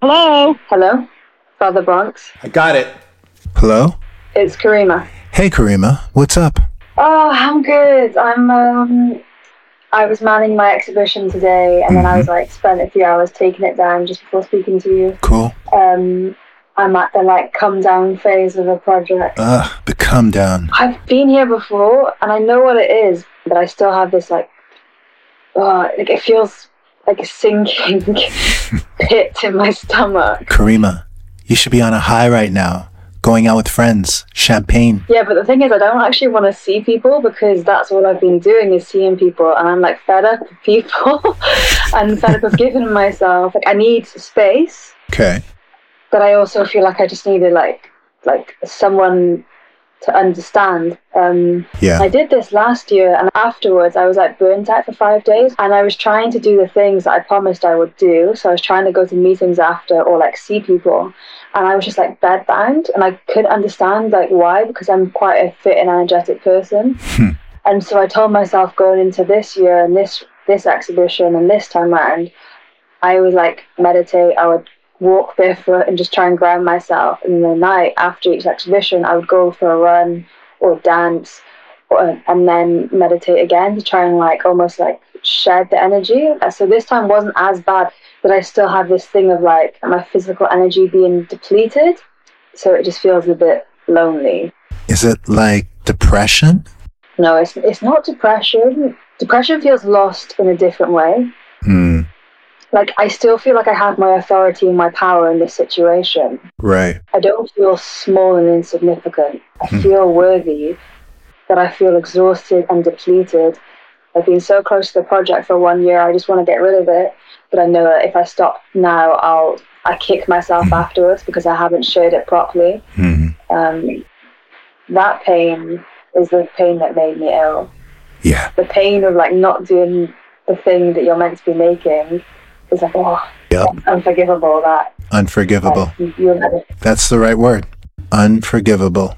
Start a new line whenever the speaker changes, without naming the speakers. Hello.
Hello, Father Bronx.
I got it.
Hello?
It's Karima.
Hey, Karima. What's up?
Oh, I'm good. I'm um, I was manning my exhibition today, and then I was like spent a few hours taking it down just before speaking to you.
Cool.
Um, I'm at the like come down phase of the project.
Ugh, become down.
I've been here before, and I know what it is, but I still have this like, uh, like it feels like a sinking pit in my stomach.
Karima, you should be on a high right now, going out with friends, champagne.
Yeah, but the thing is, I don't actually want to see people because that's all I've been doing is seeing people, and I'm like fed up of people and fed up of giving myself. Like I need space,
Okay.
but I also feel like I just needed like like someone to understand. Um, I
Yeah.
did this last year, and afterwards I was like burnt out for five days, and I was trying to do the things that I promised I would do. So I was trying to go to meetings after or like see people, and I was just like bedbound, and I couldn't understand like why because I'm quite a fit and energetic person,
Hmm.
and so I told myself going into this year and this this exhibition and this time round, I would like meditate. I would walk barefoot and just try and ground myself. And the night after each exhibition, I would go for a run or dance or, and then meditate again to try and like almost like shed the energy. So this time wasn't as bad, but I still have this thing of like my physical energy being depleted. So it just feels a bit lonely.
Is it like depression?
No, it's, it's not depression. Depression feels lost in a different way.
Hmm.
Like, I still feel like I have my authority and my power in this situation.
Right.
I don't feel small and insignificant. I
Hmm.
feel worthy, but I feel exhausted and depleted. I've been so close to the project for one year. I just want to get rid of it, but I know that if I stop now, I'll I kick myself
Hmm.
afterwards because I haven't shared it properly.
Hmm.
Um, that pain is the pain that made me ill.
Yeah.
The pain of like not doing the thing that you're meant to be making is like oh
Yep.
unforgivable. That
Unforgivable.
like, you- you're never
That's the right word. Unforgivable.